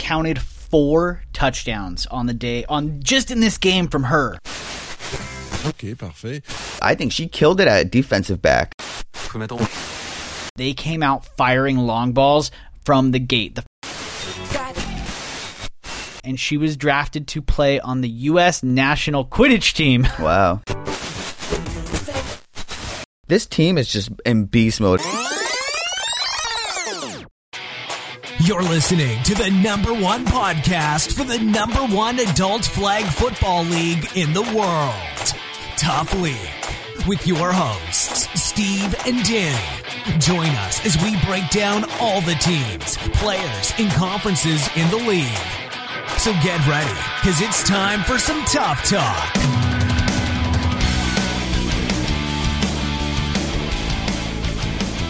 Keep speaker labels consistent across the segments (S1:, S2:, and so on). S1: counted four touchdowns on the day on just in this game from her.
S2: Okay, parfait.
S3: I think she killed it at defensive back.
S1: They came out firing long balls from the gate. The and she was drafted to play on the U.S. national Quidditch team.
S3: Wow. This team is just in beast mode.
S4: You're listening to the number one podcast for the number one adult flag football league in the world, Tough League, with your hosts, Steve and Danny. Join us as we break down all the teams, players, and conferences in the league. So get ready, because it's time for some tough talk.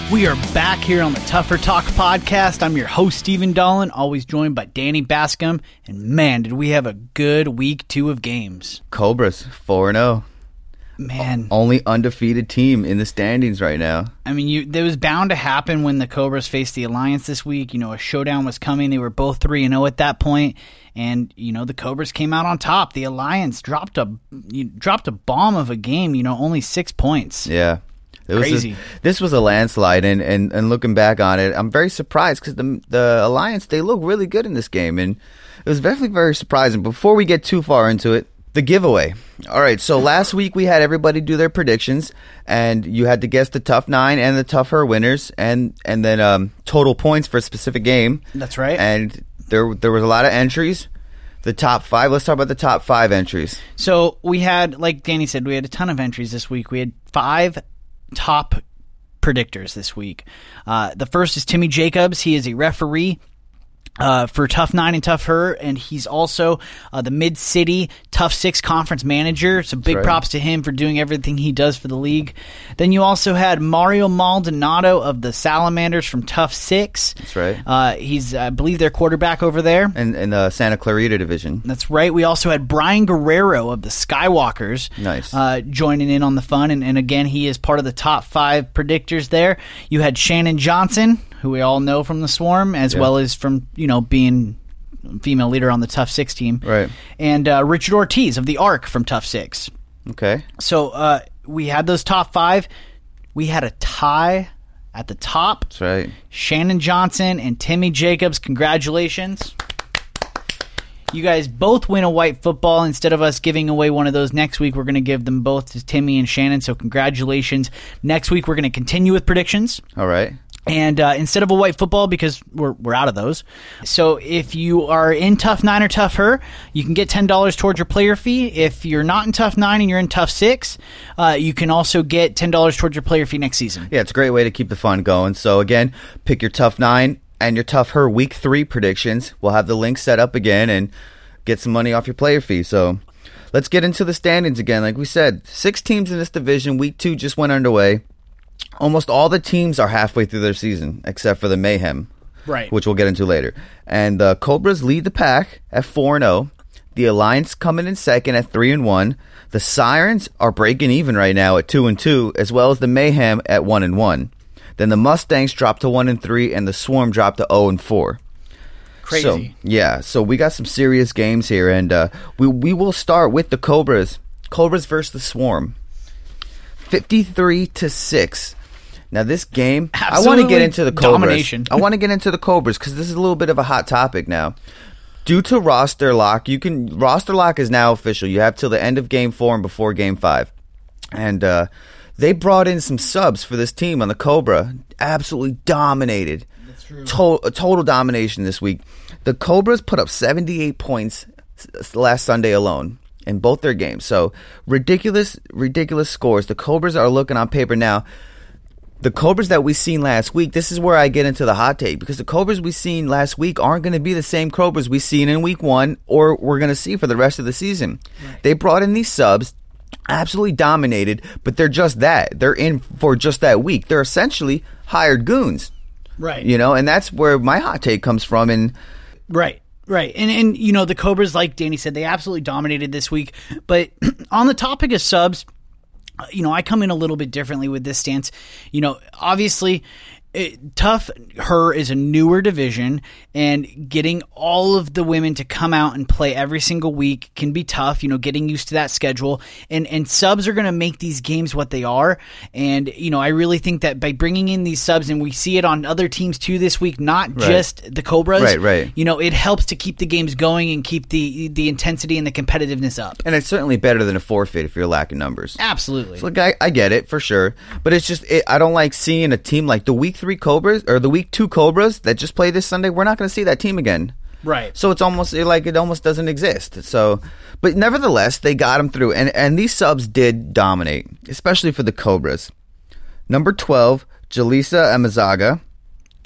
S1: We are back here on the Tougher Talk podcast. I'm your host, Stephen Dolan, always joined by Danny Bascom. And man, did we have a good week two of games.
S3: Cobras 4 0.
S1: Man,
S3: Only undefeated team in the standings right now.
S1: I mean, you that was bound to happen when the Cobras faced the Alliance this week. You know, a showdown was coming. They were both 3 and 0 at that point, and you know, the Cobras came out on top. The Alliance dropped a you, dropped a bomb of a game, you know, only 6 points.
S3: Yeah. It was
S1: Crazy.
S3: just- this was a landslide, and, and, and looking back on it, I'm very surprised because the the Alliance they look really good in this game, and it was definitely very surprising. Before we get too far into it, the giveaway. All right, so last week we had everybody do their predictions, and you had to guess the tough nine and the tougher winners, and and then um, total points for a specific game.
S1: That's right.
S3: And there there was a lot of entries. The top five. Let's talk about the top five entries.
S1: So we had, like Danny said, we had a ton of entries this week. We had five top predictors this week. Uh, the first is Timmy Jacobs. He is a referee. Uh, for Tough Nine and Tough Her, and he's also uh, the Mid City Tough Six Conference manager. So big props to him for doing everything he does for the league. Then you also had Mario Maldonado of the Salamanders from Tough Six. That's
S3: right.
S1: Uh, he's, I believe, their quarterback over there.
S3: In, in the Santa Clarita division.
S1: That's right. We also had Brian Guerrero of the Skywalkers.
S3: Nice.
S1: Uh, joining in on the fun. And, and again, he is part of the top five predictors there. You had Shannon Johnson, who we all know from the Swarm, as well as from, you know, being female leader on the Tough Six team.
S3: Right.
S1: And uh, Richard Ortiz of the ARC from Tough Six.
S3: Okay.
S1: So uh, we had those top five. We had a tie at the top.
S3: That's right.
S1: Shannon Johnson and Timmy Jacobs. Congratulations. You guys both win a white football. Instead of us giving away one of those next week, we're going to give them both to Timmy and Shannon. So, congratulations. Next week, we're going to continue with predictions.
S3: All right.
S1: And uh, instead of a white football, because we're, we're out of those. So if you are in Tough Nine or Tough Her, you can get $10 towards your player fee. If you're not in Tough Nine and you're in Tough Six, uh, you can also get $10 towards your player fee next season.
S3: Yeah, it's a great way to keep the fun going. So again, pick your tough nine and your tough her week three predictions. We'll have the link set up again and get some money off your player fee. So let's get into the standings again. Like we said, six teams in this division. Week two just went underway. Almost all the teams are halfway through their season, except for the Mayhem,
S1: Right.
S3: Which we'll get into later. And the Cobras lead the pack at four and zero. The Alliance coming in second at three and one. The Sirens are breaking even right now at two and two, as well as the Mayhem at one and one. Then the Mustangs drop to one and three, and the Swarm drop to zero and four.
S1: Crazy.
S3: So, yeah, so we got some serious games here, and uh, we we will start with the Cobras. Cobras versus the Swarm, fifty-three to six. Now this game, I want to get
S1: Absolutely
S3: into the Cobras.
S1: domination.
S3: I want to get into the Cobras because this is a little bit of a hot topic now. Due to roster lock, you can roster lock is now official. You have till the end of game four and before game five, and uh, they brought in some subs for this team on the Cobra. Absolutely dominated. That's true. total domination this week. The Cobras put up seventy-eight points s- s- last Sunday alone in both their games. So ridiculous, ridiculous scores. The Cobras are looking on paper now the Cobras that we seen last week, this is where I get into the hot take because the Cobras we seen last week aren't going to be the same Cobras we seen in week one or we're going to see for the rest of the season. They brought in these subs, absolutely dominated, but they're just that. They're in for just that week. They're essentially hired goons,
S1: Right.
S3: you know, and that's where my hot take comes from. And
S1: Right. Right. And and you know, the Cobras like Danny said they absolutely dominated this week, but on the topic of subs, you know, I come in a little bit differently with this stance. You know, obviously it, tough her is a newer division and getting all of the women to come out and play every single week can be tough you know getting used to that schedule and and subs are going to make these games what they are and you know i really think that by bringing in these subs and we see it on other teams too this week not just the cobras
S3: Right, right.
S1: you know it helps to keep the games going and keep the the intensity and the competitiveness up
S3: And it's certainly better than a forfeit if you're lacking numbers.
S1: absolutely
S3: Look, I, I get it for sure, but it's just it, I don't like seeing a team like the week three Cobras or the week two Cobras that just played this Sunday. We're not going to see that team again,
S1: right
S3: so it's almost it, like it almost doesn't exist. So, but nevertheless, they got them through, and and these subs did dominate, especially for the Cobras. Number twelve, Jaleesa Amazaga.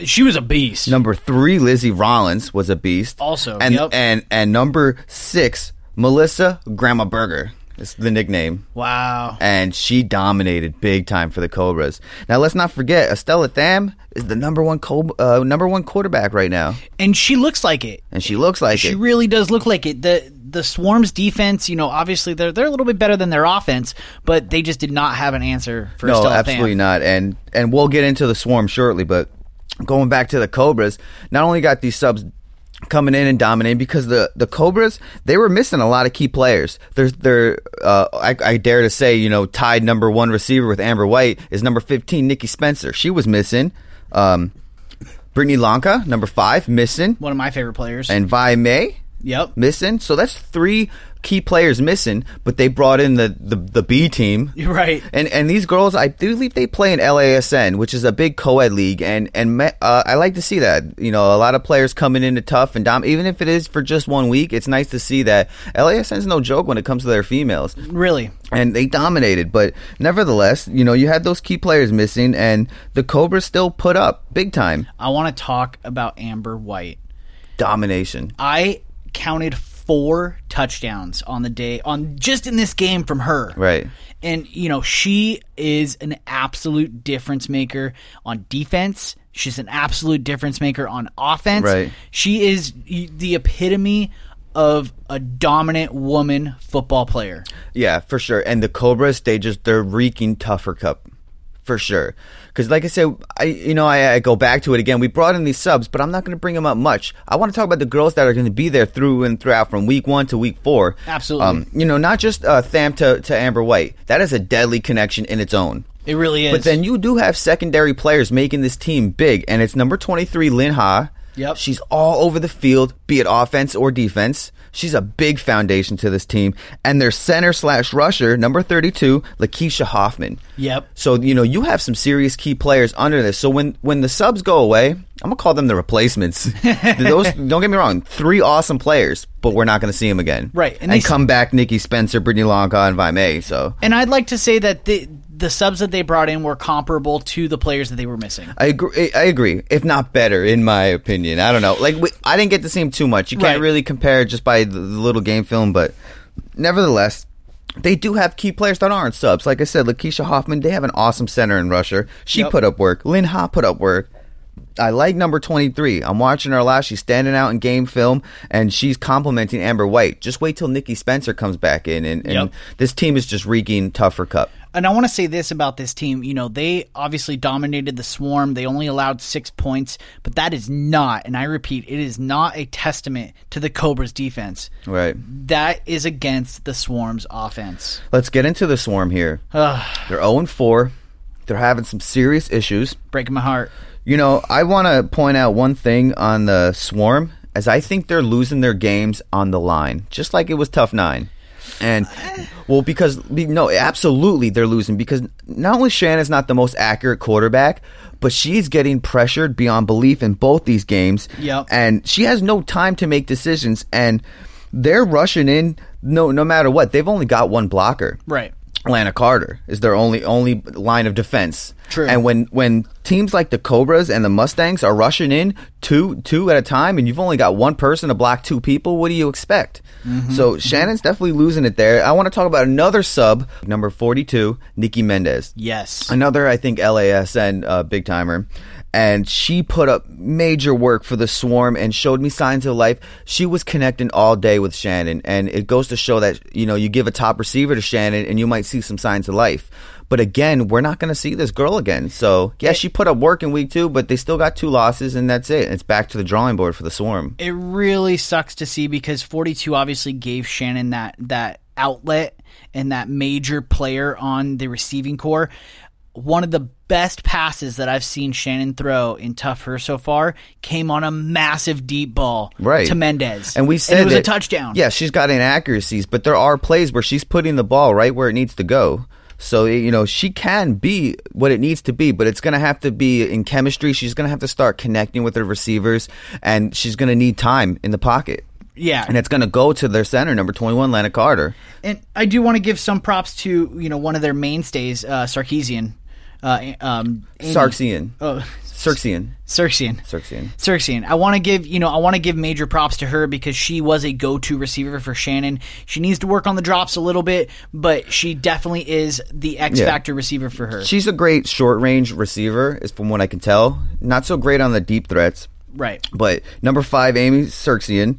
S1: she was a beast
S3: Number three, Lizzie Rollins was a beast.
S1: Also,
S3: and
S1: yep.
S3: and and number six, Melissa Grandma Burger is the nickname
S1: wow
S3: and she dominated big time for the Cobras. Now let's not forget, Estella Tham is the number one Col- uh, number one quarterback right now,
S1: and she looks like it
S3: and she looks like
S1: She
S3: it.
S1: really does look like it. The the Swarm's defense, you know, obviously they're they're a little bit better than their offense, but they just did not have an answer for
S3: no,
S1: Estella
S3: absolutely
S1: Fan.
S3: not. And and we'll get into the swarm shortly, but going back to the Cobras, not only got these subs coming in and dominating because the the Cobras they were missing a lot of key players. There's they're uh, I, I dare to say you know tied number one receiver with Amber White is number fifteen Nikki Spencer. She was missing. Um, Brittany Lanka, number five, missing.
S1: One of my favorite players.
S3: and Vi May
S1: yep.
S3: missing. So that's three key players missing, but they brought in the, the, the B team.
S1: You're right.
S3: And and these girls, I do believe they play in LASN, which is a big co-ed league, and and me- uh, I like to see that. You know, a lot of players coming into tough and dom. Even if it is for just one week, it's nice to see that LASN's no joke when it comes to their females
S1: Really.
S3: and they dominated. But nevertheless, you know, you had those key players missing, and the Cobras still put up big time
S1: I want to talk about Amber White.
S3: domination.
S1: I counted four touchdowns on the day on just in this game from her.
S3: Right.
S1: And you know, she is an absolute difference maker on defense. She's an absolute difference maker on offense.
S3: Right.
S1: She is e, the epitome of a dominant woman football player.
S3: Yeah, for sure. And the Cobras, they just they're reeking tougher cup, for sure. Because like I said, I you know I, I go back to it again. We brought in these subs, but I'm not going to bring them up much. I want to talk about the girls that are going to be there through and throughout from week one to week four. Um,
S1: Absolutely.
S3: you know, not just uh, Tham to to Amber White. That is a deadly connection in its own.
S1: It really is.
S3: But then you do have secondary players making this team big, and it's number 23, Lin Ha.
S1: Yep.
S3: She's all over the field, be it offense or defense. She's a big foundation to this team. And their center slash rusher, number 32, Lakeisha Hoffman.
S1: Yep.
S3: So, you know, you have some serious key players under this. So when, when the subs go away, I'm going to call them the replacements. Those, don't get me wrong, three awesome players, but we're not going to see them again.
S1: Right, and
S3: And,
S1: they s-
S3: come back Nikki Spencer, Brittany Lanka, and Vi May. So
S1: and I'd like to say that the the subs that they brought in were comparable to the players that they were missing.
S3: I agree. eh, I agree, if not better, in my opinion. I don't know. Like we, I didn't get to see him too much. You can't
S1: Right.
S3: really compare just by the, the little game film, but nevertheless, they do have key players that aren't subs. Like I said, Lakeisha Hoffman. They have an awesome center in rusher. She
S1: Yep.
S3: put up work. Lin Ha put up work. I like number 23. I'm watching her a lot. She's standing out in game film and she's complimenting Amber White. Just wait till Nikki Spencer comes back in and, and
S1: Yep.
S3: this team is just reeking tougher cup.
S1: and I want to say this about this team. You know, they obviously dominated the swarm. They only allowed six points, but that is not, and I repeat, it is not a testament to the Cobras defense.
S3: Right.
S1: That is against the swarm's offense.
S3: Let's get into the swarm here. They're 0 4. They're having some serious issues.
S1: Breaking my heart.
S3: You know, I want to point out one thing on the swarm, as I think they're losing their games on the line, just like it was tough nine. And well, because be- no, absolutely they're losing because not only Shannon's not the most accurate quarterback, but she's getting pressured beyond belief in both these games.
S1: Yep.
S3: and she has no time to make decisions, and they're rushing in. No, no matter what, they've only got one blocker.
S1: Right.
S3: Lana Carter is their only only line of defense.
S1: True.
S3: And when when teams like the Cobras and the Mustangs are rushing in two two at a time, and you've only got one person to block two people, what do you expect? So Shannon's definitely losing it there. I want to talk about another sub, number forty two, Nikki Mendez.
S1: Yes.
S3: Another, I think, LASN uh, big timer. and she put up major work for the swarm and showed me signs of life. She was connecting all day with Shannon, and it goes to show that you know you give a top receiver to Shannon and you might see some signs of life. But again, we're not going to see this girl again. So yeah, she put up work in week two, but they still got two losses, and that's it. It's back to the drawing board for the swarm.
S1: It really sucks to see because 42 obviously gave Shannon that that outlet and that major player on the receiving core. One of the best passes that I've seen Shannon throw in Tough Her so far came on a massive deep ball
S3: Right.
S1: to Mendez.
S3: And we said
S1: it was a
S3: that-
S1: touchdown.
S3: Yeah, she's got inaccuracies, but there are plays where she's putting the ball right where it needs to go. So you know she can be what it needs to be, but it's going to have to be in chemistry. She's going to have to start connecting with her receivers, and she's going to need time in the pocket.
S1: Yeah.
S3: and it's going to go to their center, number twenty-one, Lana Carter.
S1: and I do want to give some props to you know one of their mainstays, uh, Sarkeesian. Uh, um, Andy-
S3: Sarxian,
S1: Oh,
S3: Sarxian,
S1: Sarkisian.
S3: Sarxian.
S1: Sirxian, I want to give you know I want to give major props to her because she was a go-to receiver for Shannon. She needs to work on the drops a little bit, but she definitely is the X
S3: Yeah.
S1: factor receiver for her.
S3: She's a great short-range receiver, is from what I can tell. Not so great on the deep threats.
S1: right.
S3: But number five, Amy Serxian.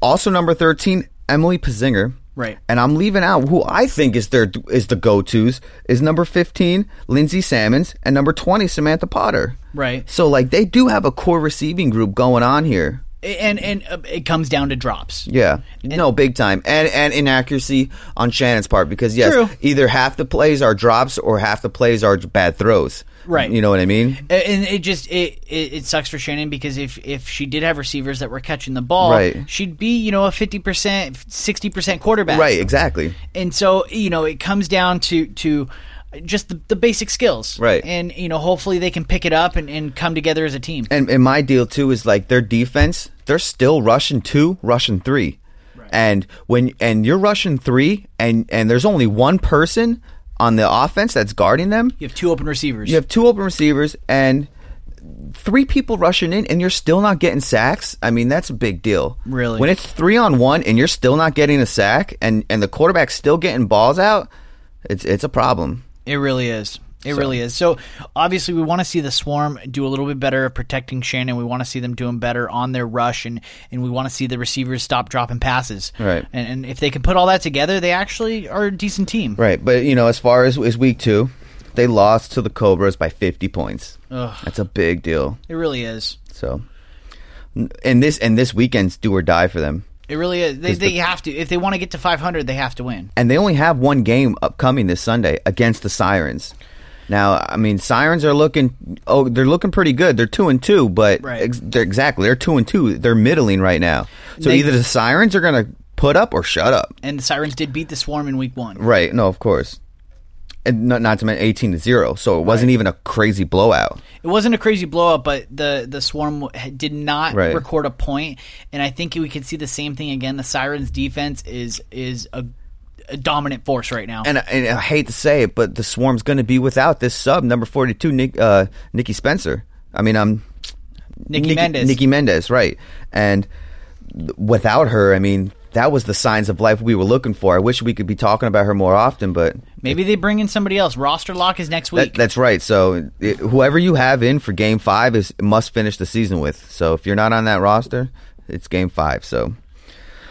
S3: Also number thirteen, Emily Pazinger.
S1: Right.
S3: And I'm leaving out who I think is their is the go tos is number fifteen, Lindsay Salmons, and number twenty, Samantha Potter.
S1: Right.
S3: So like they do have a core receiving group going on here.
S1: And and uh, it comes down to drops.
S3: Yeah. no, big time. And and inaccuracy on Shannon's part because yes,
S1: True.
S3: either half the plays are drops or half the plays are bad throws.
S1: Right.
S3: You know what I mean?
S1: And it just it, it it sucks for Shannon because if if she did have receivers that were catching the ball,
S3: Right.
S1: she'd be you know a fifty percent, sixty percent quarterback.
S3: Right, exactly.
S1: and so you know it comes down to to just the, the basic skills
S3: Right.
S1: and you know hopefully they can pick it up and, and come together as a team
S3: and and my deal too is like their defense, they're still rushing two, rushing three. And when and you're rushing three and and there's only one person on the offense that's guarding them,
S1: you have two open receivers
S3: you have two open receivers and three people rushing in and you're still not getting sacks. I mean, that's a big deal.
S1: Really?
S3: When it's 3 on 1 and you're still not getting a sack and and the quarterback's still getting balls out, it's it's a problem.
S1: it really is it really is so obviously we want to see the swarm do a little bit better of protecting shannon we want to see them doing better on their rush and and we want to see the receivers stop dropping passes
S3: Right.
S1: and, and if they can put all that together they actually are a decent team
S3: Right, but you know, as far as is week two, they lost to the Cobras by fifty points. That's a big deal.
S1: it really is
S3: So, n- and this and this weekend's do or die for them.
S1: it really is they,
S3: 'Cause the-
S1: they have to if they want to get to 500 they have to win
S3: And they only have one game upcoming this Sunday against the Sirens. Now, I mean, Sirens are looking oh, they're looking pretty good. They're two and two, but
S1: Right.
S3: ex- they're exactly they're two and two. They're middling right now. So
S1: They-
S3: either the Sirens are going to put up or shut up.
S1: and the sirens did beat the swarm in week one
S3: Right? No, of course. And not, not to mention eighteen to zero. So it wasn't even a crazy blowout.
S1: It wasn't a crazy blow up, but the the swarm w- did not
S3: Right.
S1: record a point, and I think we could see the same thing again. The Sirens' defense is is a, a dominant force right now.
S3: and, and I hate to say it, but the swarm's going to be without this sub number forty two, Nick, uh, Nikki Spencer. I mean, um,
S1: Nikki Mendez.
S3: Nikki Mendez, right? And th- without her, I mean, that was the signs of life we were looking for. I wish we could be talking about her more often, but
S1: Maybe they bring in somebody else. Roster lock is next
S3: that,
S1: week.
S3: that's right. So it, whoever you have in for Game Five is must finish the season with. So if you're not on that roster, it's Game Five. So.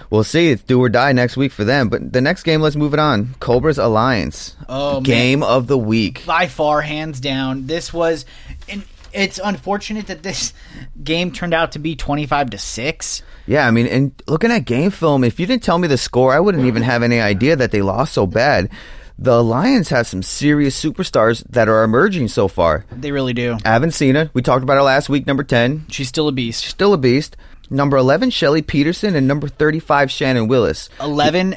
S3: We'll see. It's do or die next week for them. But the next game, let's move it on. Cobras Alliance.
S1: Oh, man.
S3: game of the week.
S1: By far, hands down, this was. And it's unfortunate that this game turned out to be twenty five to six.
S3: Yeah, I mean, and looking at game film, if you didn't tell me the score, I wouldn't even have any idea that they lost so bad. The Alliance has some serious superstars that are emerging so far.
S1: They really do.
S3: Avon Cena, we talked about her last week, number 10,
S1: She's still a beast.
S3: still a beast. Number 11, Shelly Peterson, and number 35, Shannon Willis.
S1: Eleven.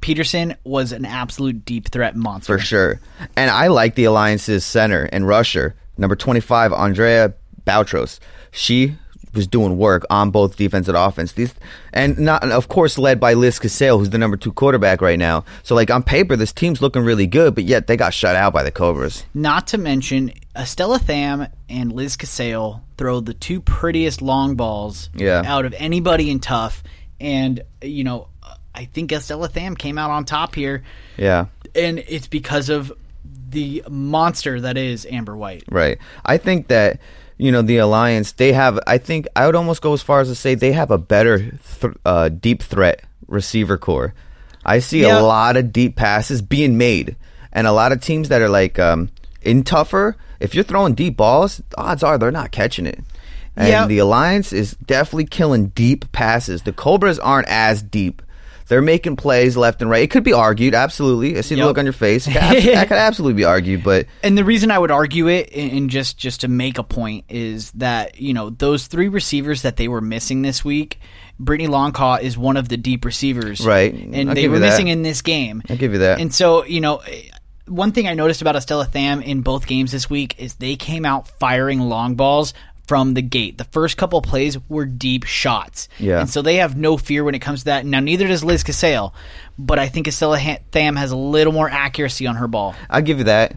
S1: Peterson was an absolute deep threat monster.
S3: For sure. And I like the Alliance's center and rusher, number 25, Andrea Boutros. She was doing work on both defense and offense. These and not and of course led by Liz Casale, who's the number two quarterback right now. So like on paper, this team's looking really good, but yet they got shut out by the Cobras.
S1: Not to mention, Estella Tham and Liz Casale throw the two prettiest long balls
S3: Yeah.
S1: out of anybody in tough. And, you know, I think Estella Tham came out on top here.
S3: Yeah.
S1: And it's because of the monster that is Amber White.
S3: Right. I think that you know the alliance they have i think i would almost go as far as to say they have a better th- uh, deep threat receiver core i see
S1: Yeah.
S3: a lot of deep passes being made and a lot of teams that are like um, in tougher if you're throwing deep balls odds are they're not catching it and
S1: Yeah.
S3: the alliance is definitely killing deep passes the cobras aren't as deep they're making plays left and right. It could be argued, absolutely. I see the
S1: Yep.
S3: look on your face. It could abs- that could absolutely be argued, but
S1: and the reason I would argue it, and and just just to make a point, is that you know those three receivers that they were missing this week. Brittany Longcaw is one of the deep receivers,
S3: Right.
S1: And
S3: I'll
S1: they
S3: give
S1: were
S3: you that.
S1: missing in this game.
S3: I'll give you that.
S1: And so you know, one thing I noticed about Estella Tham in both games this week is they came out firing long balls from the gate. The first couple plays were deep shots,
S3: Yeah.
S1: And so they have no fear when it comes to that. Now neither does Liz Casale, but I think Estella Ha- Tham has a little more accuracy on her ball.
S3: I'll give you that.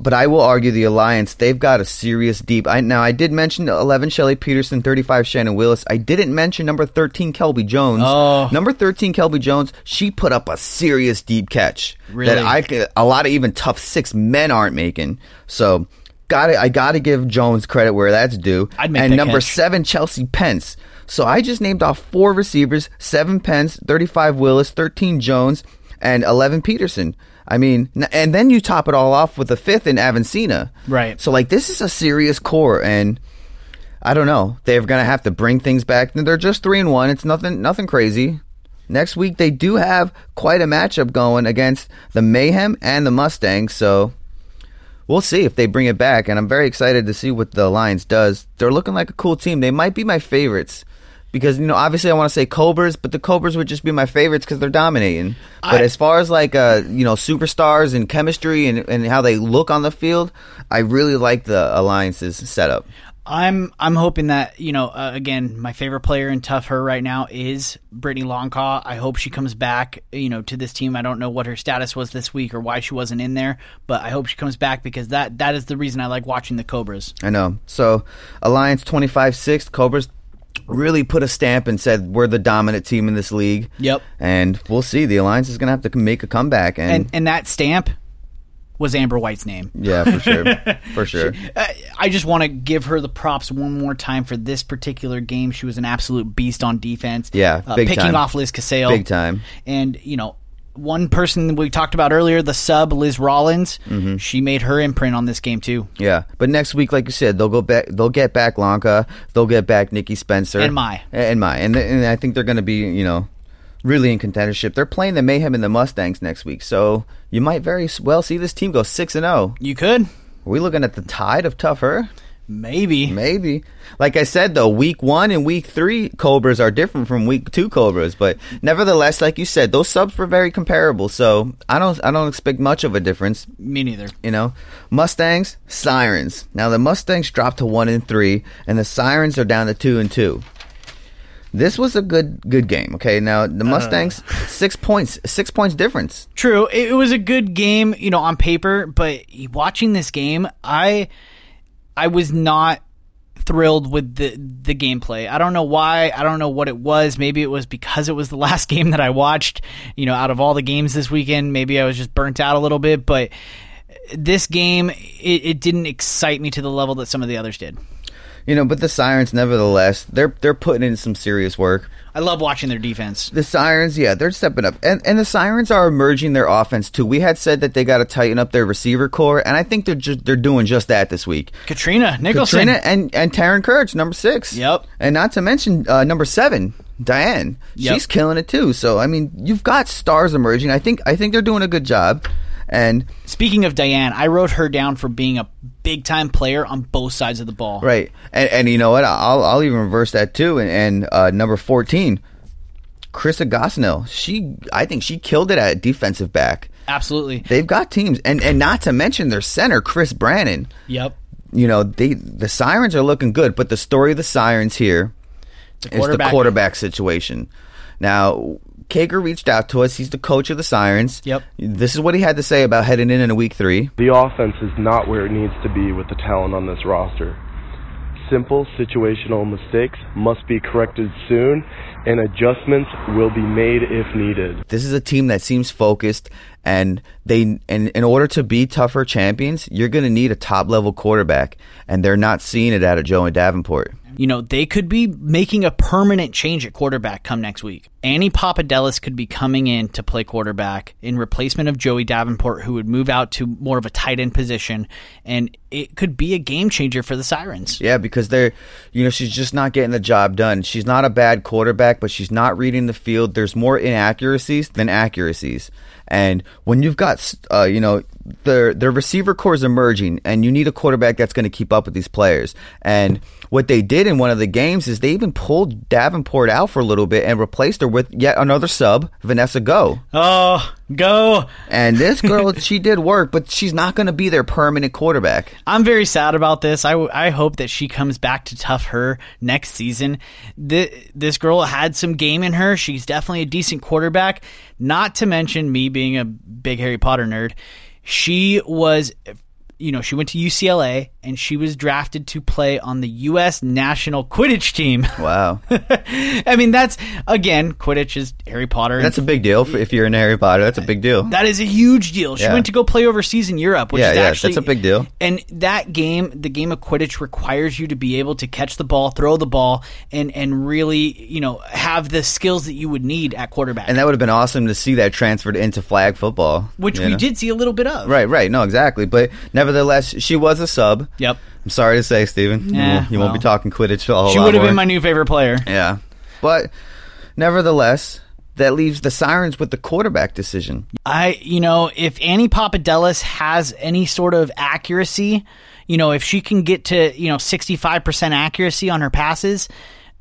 S3: But I will argue the alliance. They've got a serious deep. I now I did mention eleven Shelley Peterson, thirty five Shannon Willis. I didn't mention number thirteen Kelby Jones.
S1: Oh.
S3: Number thirteen Kelby Jones. She put up a serious deep catch
S1: Really?
S3: that I c- a lot of even tough six men aren't making. So. Got to I got to give Jones credit where that's due.
S1: I'd make
S3: and
S1: that
S3: number
S1: catch.
S3: seven Chelsea Pence. So I just named off four receivers: seven Pence, thirty-five Willis, thirteen Jones, and eleven Peterson. I mean, n- and then you top it all off with the fifth in Avancina.
S1: Right.
S3: So like this is a serious core, and I don't know. They're gonna have to bring things back. They're just three and one. It's nothing, nothing crazy. Next week they do have quite a matchup going against the Mayhem and the Mustangs. So we'll see if they bring it back and i'm very excited to see what the alliance does they're looking like a cool team they might be my favorites because you know obviously i want to say cobras but the cobras would just be my favorites because they're dominating but
S1: I-
S3: as far as like uh you know superstars and chemistry and, and how they look on the field i really like the alliance's setup
S1: I'm I'm hoping that you know uh, again my favorite player in tough her right now is Brittany Longcaw. I hope she comes back you know to this team. I don't know what her status was this week or why she wasn't in there, but I hope she comes back because that that is the reason I like watching the Cobras.
S3: I know. So Alliance 25-6, Cobras really put a stamp and said we're the dominant team in this league.
S1: Yep.
S3: And we'll see. The Alliance is going to have to make a comeback. And,
S1: And and that stamp was Amber White's name.
S3: yeah, for sure. for sure.
S1: I just want to give her the props one more time for this particular game. She was an absolute beast on defense.
S3: Yeah,
S1: uh,
S3: big
S1: picking
S3: time.
S1: off Liz Casale,
S3: Big time.
S1: And you know, one person we talked about earlier, the sub Liz Rollins, she made her imprint on this game too.
S3: Yeah. But next week, like you said, they'll go back. They'll get back Lanka. They'll get back Nikki Spencer.
S1: And Mai.
S3: And my. And, th- and I think they're going to be, you know, really in contendership. They're playing the Mayhem and the Mustangs next week. So you might very s- well see this team go 6 and 0.
S1: You could,
S3: Are we looking at the tide of tougher?
S1: maybe.
S3: Maybe. Like I said, though, week one and week three Cobras are different from week two Cobras, but nevertheless, like you said, those subs were very comparable. So I don't, I don't expect much of a difference.
S1: Me neither.
S3: You know, Mustangs, Sirens. Now the Mustangs dropped to one and three, and the Sirens are down to two and two. This was a good, good game. Okay, now the Mustangs six points, six points difference.
S1: True. It, it was a good game, you know, on paper, but watching this game, I I was not thrilled with the the gameplay. I don't know why. I don't know what it was. Maybe it was because it was the last game that I watched, you know, out of all the games this weekend, maybe I was just burnt out a little bit, but this game it, it didn't excite me to the level that some of the others did.
S3: You know, but the Sirens, nevertheless, they're they're putting in some serious work.
S1: I love watching their defense.
S3: The sirens, yeah, they're stepping up, and and the sirens are emerging their offense too. We had said that they got to tighten up their receiver core, and I think they're ju- they're doing just that this week.
S1: Katrina Nicholson.
S3: Katrina and and Taryn Courage, number six.
S1: Yep.
S3: and not to mention uh, number seven, Diane.
S1: Yep.
S3: She's killing it too. So I mean, you've got stars emerging. I think I think they're doing a good job, and
S1: Speaking of Diane, I wrote her down for being a big time player on both sides of the ball.
S3: Right, and and you know what? I'll I'll even reverse that too. And, and uh, number fourteen, Krista Gosnell. She, I think she killed it at defensive back.
S1: Absolutely.
S3: They've got teams, and and not to mention their center, Chris Brannon.
S1: Yep.
S3: You know, they the Sirens are looking good, but the story of the Sirens here is the
S1: quarterback.
S3: quarterback situation. Now, Kager reached out to us. He's the coach of the Sirens.
S1: Yep.
S3: This is what he had to say about heading in in week three.
S5: The offense is not where it needs to be with the talent on this roster. Simple situational mistakes must be corrected soon, and adjustments will be made if needed.
S3: This is a team that seems focused And they, and in order to be tougher champions, you're going to need a top level quarterback, and they're not seeing it out of Joe and Davenport.
S1: You know, they could be making a permanent change at quarterback come next week. Annie Papadelis could be coming in to play quarterback in replacement of Joey Davenport, who would move out to more of a tight end position, and it could be a game changer for the Sirens.
S3: Yeah, because they're, you know, she's just not getting the job done. She's not a bad quarterback, but she's not reading the field. There's more inaccuracies than accuracies. And when you've got, uh, you know, their their receiver core is emerging, and you need a quarterback that's going to keep up with these players. And what they did in one of the games is they even pulled Davenport out for a little bit and replaced her with yet another sub, Vanessa Go.
S1: Oh, go!
S3: And this girl, she did work, but she's not going to be their permanent quarterback.
S1: I'm very sad about this. I, w- I hope that she comes back to tough her next season. Th- this girl had some game in her. She's definitely a decent quarterback. Not to mention me being a big Harry Potter nerd. She was, you know, she went to UCLA and she was drafted to play on the U.S. national Quidditch team.
S3: Wow,
S1: I mean, that's again, Quidditch is Harry Potter.
S3: that's a big deal for, if you're in Harry Potter. That's a big deal.
S1: That is a huge deal. She
S3: Yeah.
S1: went to go play overseas in Europe, which
S3: Yeah,
S1: is
S3: yeah,
S1: actually
S3: that's a big deal.
S1: And that game, the game of Quidditch, requires you to be able to catch the ball, throw the ball, and and really, you know, have the skills that you would need at quarterback,
S3: and that would have been awesome to see that transferred into flag football,
S1: which
S3: you
S1: we
S3: know?
S1: did see a little bit of.
S3: Right, right. No, exactly. But nevertheless, she was a sub.
S1: Yep.
S3: I'm sorry to say, Steven. you,
S1: Eh,
S3: won't, you won't be
S1: well.
S3: talking Quidditch a whole
S1: She
S3: lot
S1: would have been
S3: more.
S1: my new favorite player.
S3: Yeah. But nevertheless, that leaves the Sirens with the quarterback decision.
S1: I, you know, if Annie Papadelis has any sort of accuracy, you know, if she can get to, you know, 65% accuracy on her passes,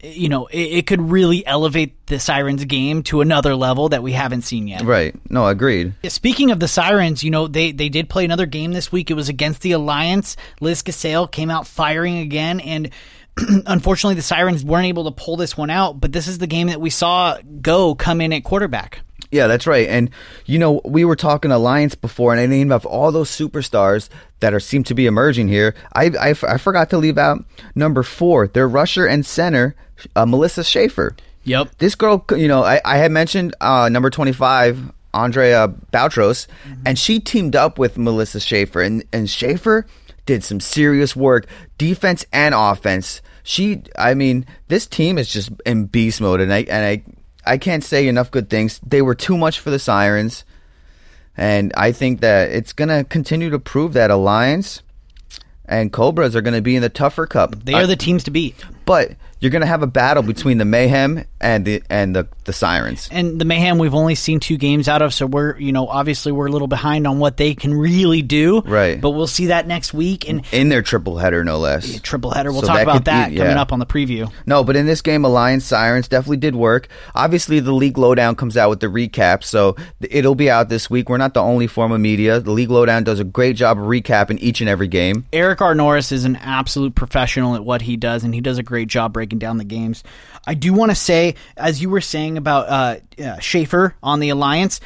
S1: you know, it, it could really elevate the Sirens game to another level that we haven't seen yet.
S3: Right. No, agreed.
S1: Speaking of the Sirens, you know, they, they did play another game this week. It was against the Alliance. Liz Casale came out firing again, and unfortunately, the Sirens weren't able to pull this one out, but this is the game that we saw Go come in at quarterback.
S3: Yeah, that's right. And you know, we were talking alliance before, and I named off all those superstars that are seem to be emerging here. I I, f- I forgot to leave out number four, their rusher and center, uh, Melissa Schaefer.
S1: Yep.
S3: This girl, you know, I, I had mentioned uh, number twenty five, Andrea Boutros,
S1: Mm-hmm.
S3: and she teamed up with Melissa Schaefer, and and Schaefer did some serious work, defense and offense. She, I mean, this team is just in beast mode, and I and I I can't say enough good things. They were too much for the Sirens, and I think that it's gonna continue to prove that Alliance and Cobras are gonna be in the tougher cup. Uh,
S1: They are the teams to beat.
S3: but you're gonna have a battle between the Mayhem and the and the the Sirens.
S1: and the mayhem we've only seen two games out of so we're you know obviously we're a little behind on what they can really do
S3: Right.
S1: but we'll see that next week and
S3: in their triple header, no less.
S1: triple header we'll
S3: So
S1: talk
S3: that
S1: about
S3: could-
S1: that
S3: yeah.
S1: coming up on the preview
S3: No, but in this game, Alliance Sirens definitely did work. Obviously, the League Lowdown comes out with the recap, so th- it'll be out this week. We're not the only form of media. The League Lowdown does a great job of recapping each and every game.
S1: eric r norris is an absolute professional at what he does and he does a great job breaking down the games i do want to say as you were saying about uh, uh schaefer on the alliance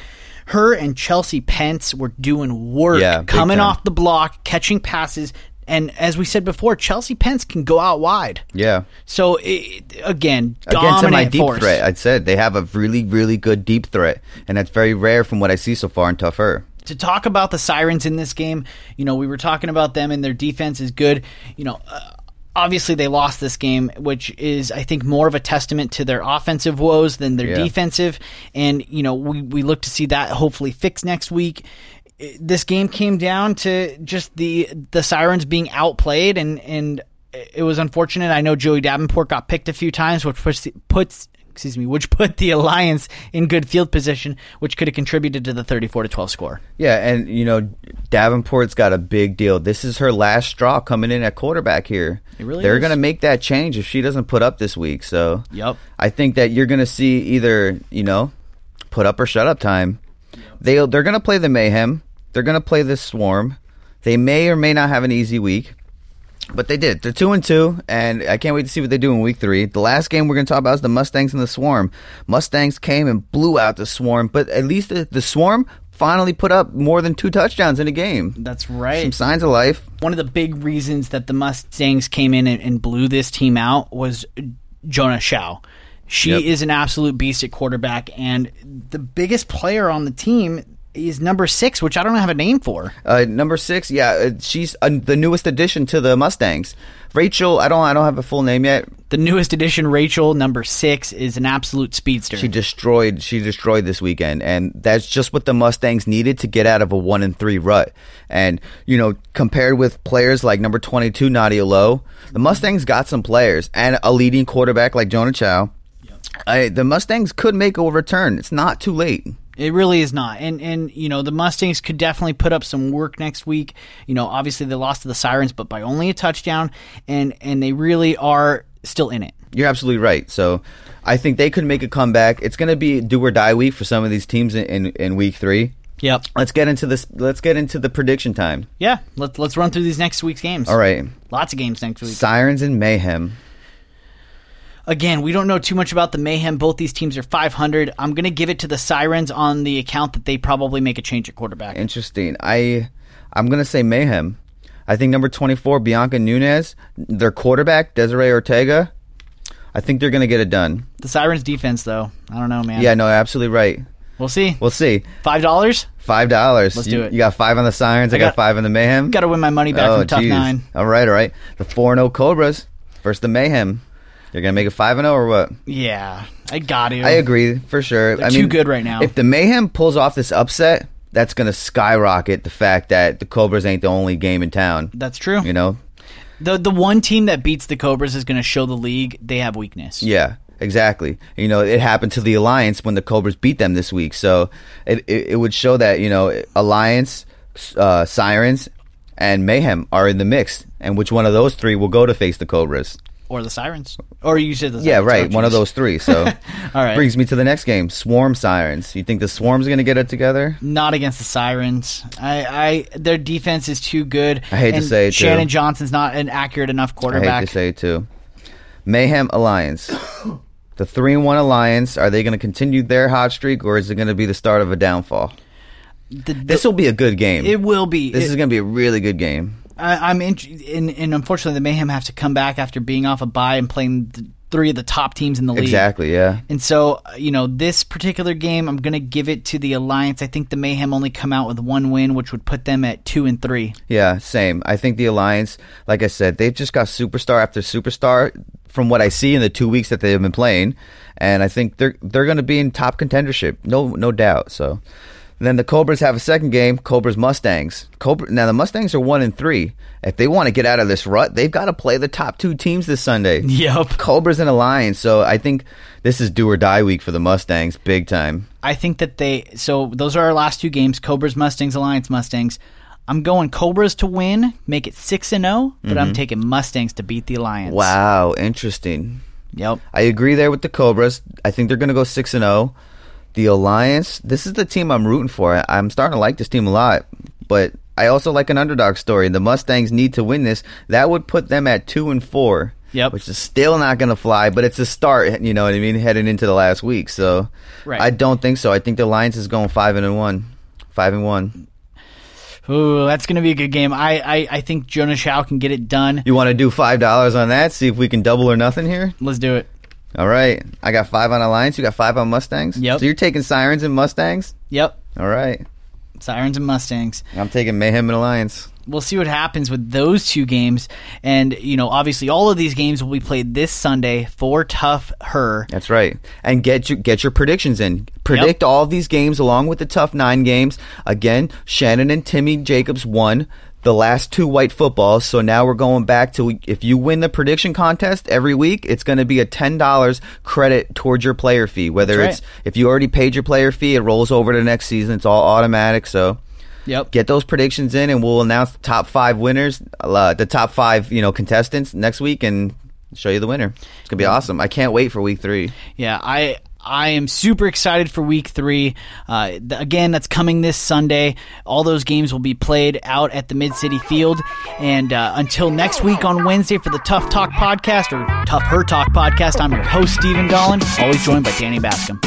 S1: her and chelsea pence were doing work
S3: Yeah, big
S1: coming
S3: time.
S1: off the block catching passes and as we said before chelsea pence can go out wide
S3: Yeah.
S1: So it, again,
S3: Again, to my
S1: dominant
S3: deep
S1: force.
S3: threat, I said they have a really, really good deep threat, and that's very rare from what I see so far in Er. Tougher.
S1: To talk about the sirens in this game, you know, we were talking about them and their defense is good. You know, uh, obviously they lost this game, which is I think more of a testament to their offensive woes than their
S3: Yeah.
S1: defensive. And you know, we we look to see that hopefully fixed next week. I- This game came down to just the the sirens being outplayed and and. It was unfortunate. I know Joey Davenport got picked a few times, which puts, puts excuse me, which put the alliance in good field position, which could have contributed to the 34 to 12 score.
S3: Yeah, and you know, Davenport's got a big deal. This is her last straw coming in at quarterback here.
S1: It really
S3: They're
S1: is.
S3: gonna make that change if she doesn't put up this week. So
S1: Yep.
S3: I think that you're gonna see either, you know, put up or shut up time. They they're gonna play the mayhem. They're gonna play the swarm. They may or may not have an easy week. But they did. They're two and two, and I can't wait to see what they do in week three. The last game we're going to talk about is the Mustangs and the Swarm. Mustangs came and blew out the Swarm, but at least the, the Swarm finally put up more than two touchdowns in a game.
S1: That's
S3: Some
S1: right.
S3: signs of life.
S1: One of the big reasons that the Mustangs came in and, and blew this team out was Jonah Shao. She
S3: Yep.
S1: is an absolute beast at quarterback and the biggest player on the team is number six, which I don't have a name for.
S3: Uh, number six, yeah, uh, she's uh, the newest addition to the Mustangs. Rachel, I don't, I don't have a full name yet.
S1: The newest edition, Rachel, number six, is an absolute speedster.
S3: She destroyed, she destroyed this weekend, and that's just what the Mustangs needed to get out of a one and three rut. And you know, compared with players like number twenty two Nadia Low, the Mustangs got some players and a leading quarterback like Jonah Chow. I, the Mustangs could make a return. It's not too late.
S1: It really is not. And and you know, the Mustangs could definitely put up some work next week. You know, obviously they lost to the Sirens but by only a touchdown and and they really are still in it.
S3: You're absolutely right. So I think they could make a comeback. It's going to be do or die week for some of these teams in, in, in week three.
S1: Yep.
S3: Let's get into this. Let's get into the prediction time.
S1: Yeah, let's let's run through these next week's games.
S3: All right,
S1: Lots of games next week.
S3: Sirens and Mayhem.
S1: Again, we don't know too much about the Mayhem. Both these teams are 500. I'm going to give it to the Sirens on the account that they probably make a change at quarterback.
S3: Interesting. I I'm gonna say Mayhem. I think number 24 Bianca Nunez, their quarterback Desiree Ortega. I think they're gonna get it done.
S1: the Sirens defense though, I don't know, man.
S3: Yeah, no, absolutely right.
S1: We'll see.
S3: We'll see.
S1: $5?
S3: Five dollars.
S1: Let's
S3: you,
S1: do it.
S3: You got five on the Sirens. I, got,
S1: got-
S3: five on the Mayhem. Oh,
S1: Got to win my money back from Top
S3: geez.
S1: 9.
S3: All right, all right. The four and zero Cobras versus the Mayhem. They're gonna make it five and zero or what?
S1: Yeah, I got to.
S3: I agree for sure. I
S1: too
S3: mean,
S1: good right now.
S3: If the Mayhem pulls off this upset, that's gonna skyrocket the fact that the Cobras ain't the only game in town.
S1: That's true.
S3: You know,
S1: The the one team that beats the Cobras is going to show the league they have weakness.
S3: Yeah, exactly. You know, it happened to the Alliance when the Cobras beat them this week. So it, it, it would show that, you know, Alliance, uh, Sirens, and Mayhem are in the mix. And which one of those three will go to face the Cobras?
S1: Or the Sirens. Or you said the
S3: Yeah,
S1: Sirens.
S3: right.
S1: Oh,
S3: One of
S1: geez.
S3: those three. So
S1: All right.
S3: brings me to the next game Swarm Sirens. You think the Swarm's going to get it together?
S1: Not against the Sirens. I, I their defense is too good.
S3: I hate to
S1: and
S3: say it, too.
S1: Shannon Johnson's not an accurate enough
S3: I
S1: quarterback.
S3: hate to say it too. Mayhem Alliance. The three and one alliance, are they going to continue their hot streak, or is it going to be the start of a downfall?
S1: The- the-
S3: This will be a good game.
S1: it will be.
S3: This
S1: It-
S3: is going to be a really good game.
S1: I, I'm in, and, and unfortunately the Mayhem have to come back after being off a bye and playing th three of the top teams in the league.
S3: Exactly, yeah.
S1: And so, uh, you know, this particular game, I'm going to give it to the Alliance. I think the Mayhem only come out with one win, which would put them at two and three.
S3: Yeah, same. I think the Alliance, like I said, they've just got superstar after superstar from what I see in the 2 weeks that they've been playing, and I think they're they're going to be in top contendership. No no doubt. So then the Cobras have a second game, Cobras Mustangs. Cobra, now the Mustangs are 1 and 3. If they want to get out of this rut, they've got to play the top 2 teams this Sunday.
S1: Yep.
S3: Cobras and Alliance. So I think this is do or die week for the Mustangs big time.
S1: I think that they. So those are our last two games: Cobras, Mustangs, Alliance, Mustangs. I'm going Cobras to win, make it six and zero, but I'm taking Mustangs to beat the Alliance.
S3: Wow, interesting.
S1: Yep.
S3: I agree there with the Cobras. I think they're going to go 6 and 0. The Alliance, this is the team I'm rooting for. I- I'm starting to like this team a lot, but I also like an underdog story. The Mustangs need to win this. That would put them at 2 and 4.
S1: Yep.
S3: Which is still not going to fly, but it's a start, you know what I mean, heading into the last week. So
S1: Right.
S3: I don't think so. I think the Alliance is going 5 and 1. 5 and 1.
S1: Ooh, that's gonna be a good game. I I, I think Jonah Shaw can get it done.
S3: You want to do $5 on that? See if we can double or nothing here?
S1: Let's do it.
S3: All right. I got 5 on Alliance, you got 5 on Mustangs.
S1: Yep.
S3: So you're taking Sirens and Mustangs?
S1: Yep.
S3: All right.
S1: Sirens and Mustangs.
S3: I'm taking Mayhem and Alliance.
S1: we'll see what happens with those two games and you know obviously all of these games will be played this sunday for tough her
S3: That's right. And get your, get your predictions in. Predict all of these games along with the tough nine games. Again, Shannon and Timmy Jacobs won the last two white footballs. So now we're going back to if you win the prediction contest every week, it's going to be a $10 credit towards your player fee. Whether
S1: That's
S3: it's if you already paid your player fee, it rolls over to next season. It's all automatic. So
S1: yep
S3: get those predictions in and we'll announce the top five winners uh, the top five you know contestants next week and show you the winner it's gonna be awesome i can't wait for week three
S1: yeah i I am super excited for week three. Uh, th- again, that's coming this Sunday. All those games will be played out at the Mid City Field. And uh, until next week on Wednesday for the Tough Talk Podcast or Tough Her Talk Podcast, I'm your host, Stephen Dolan, always joined by Danny Bascom.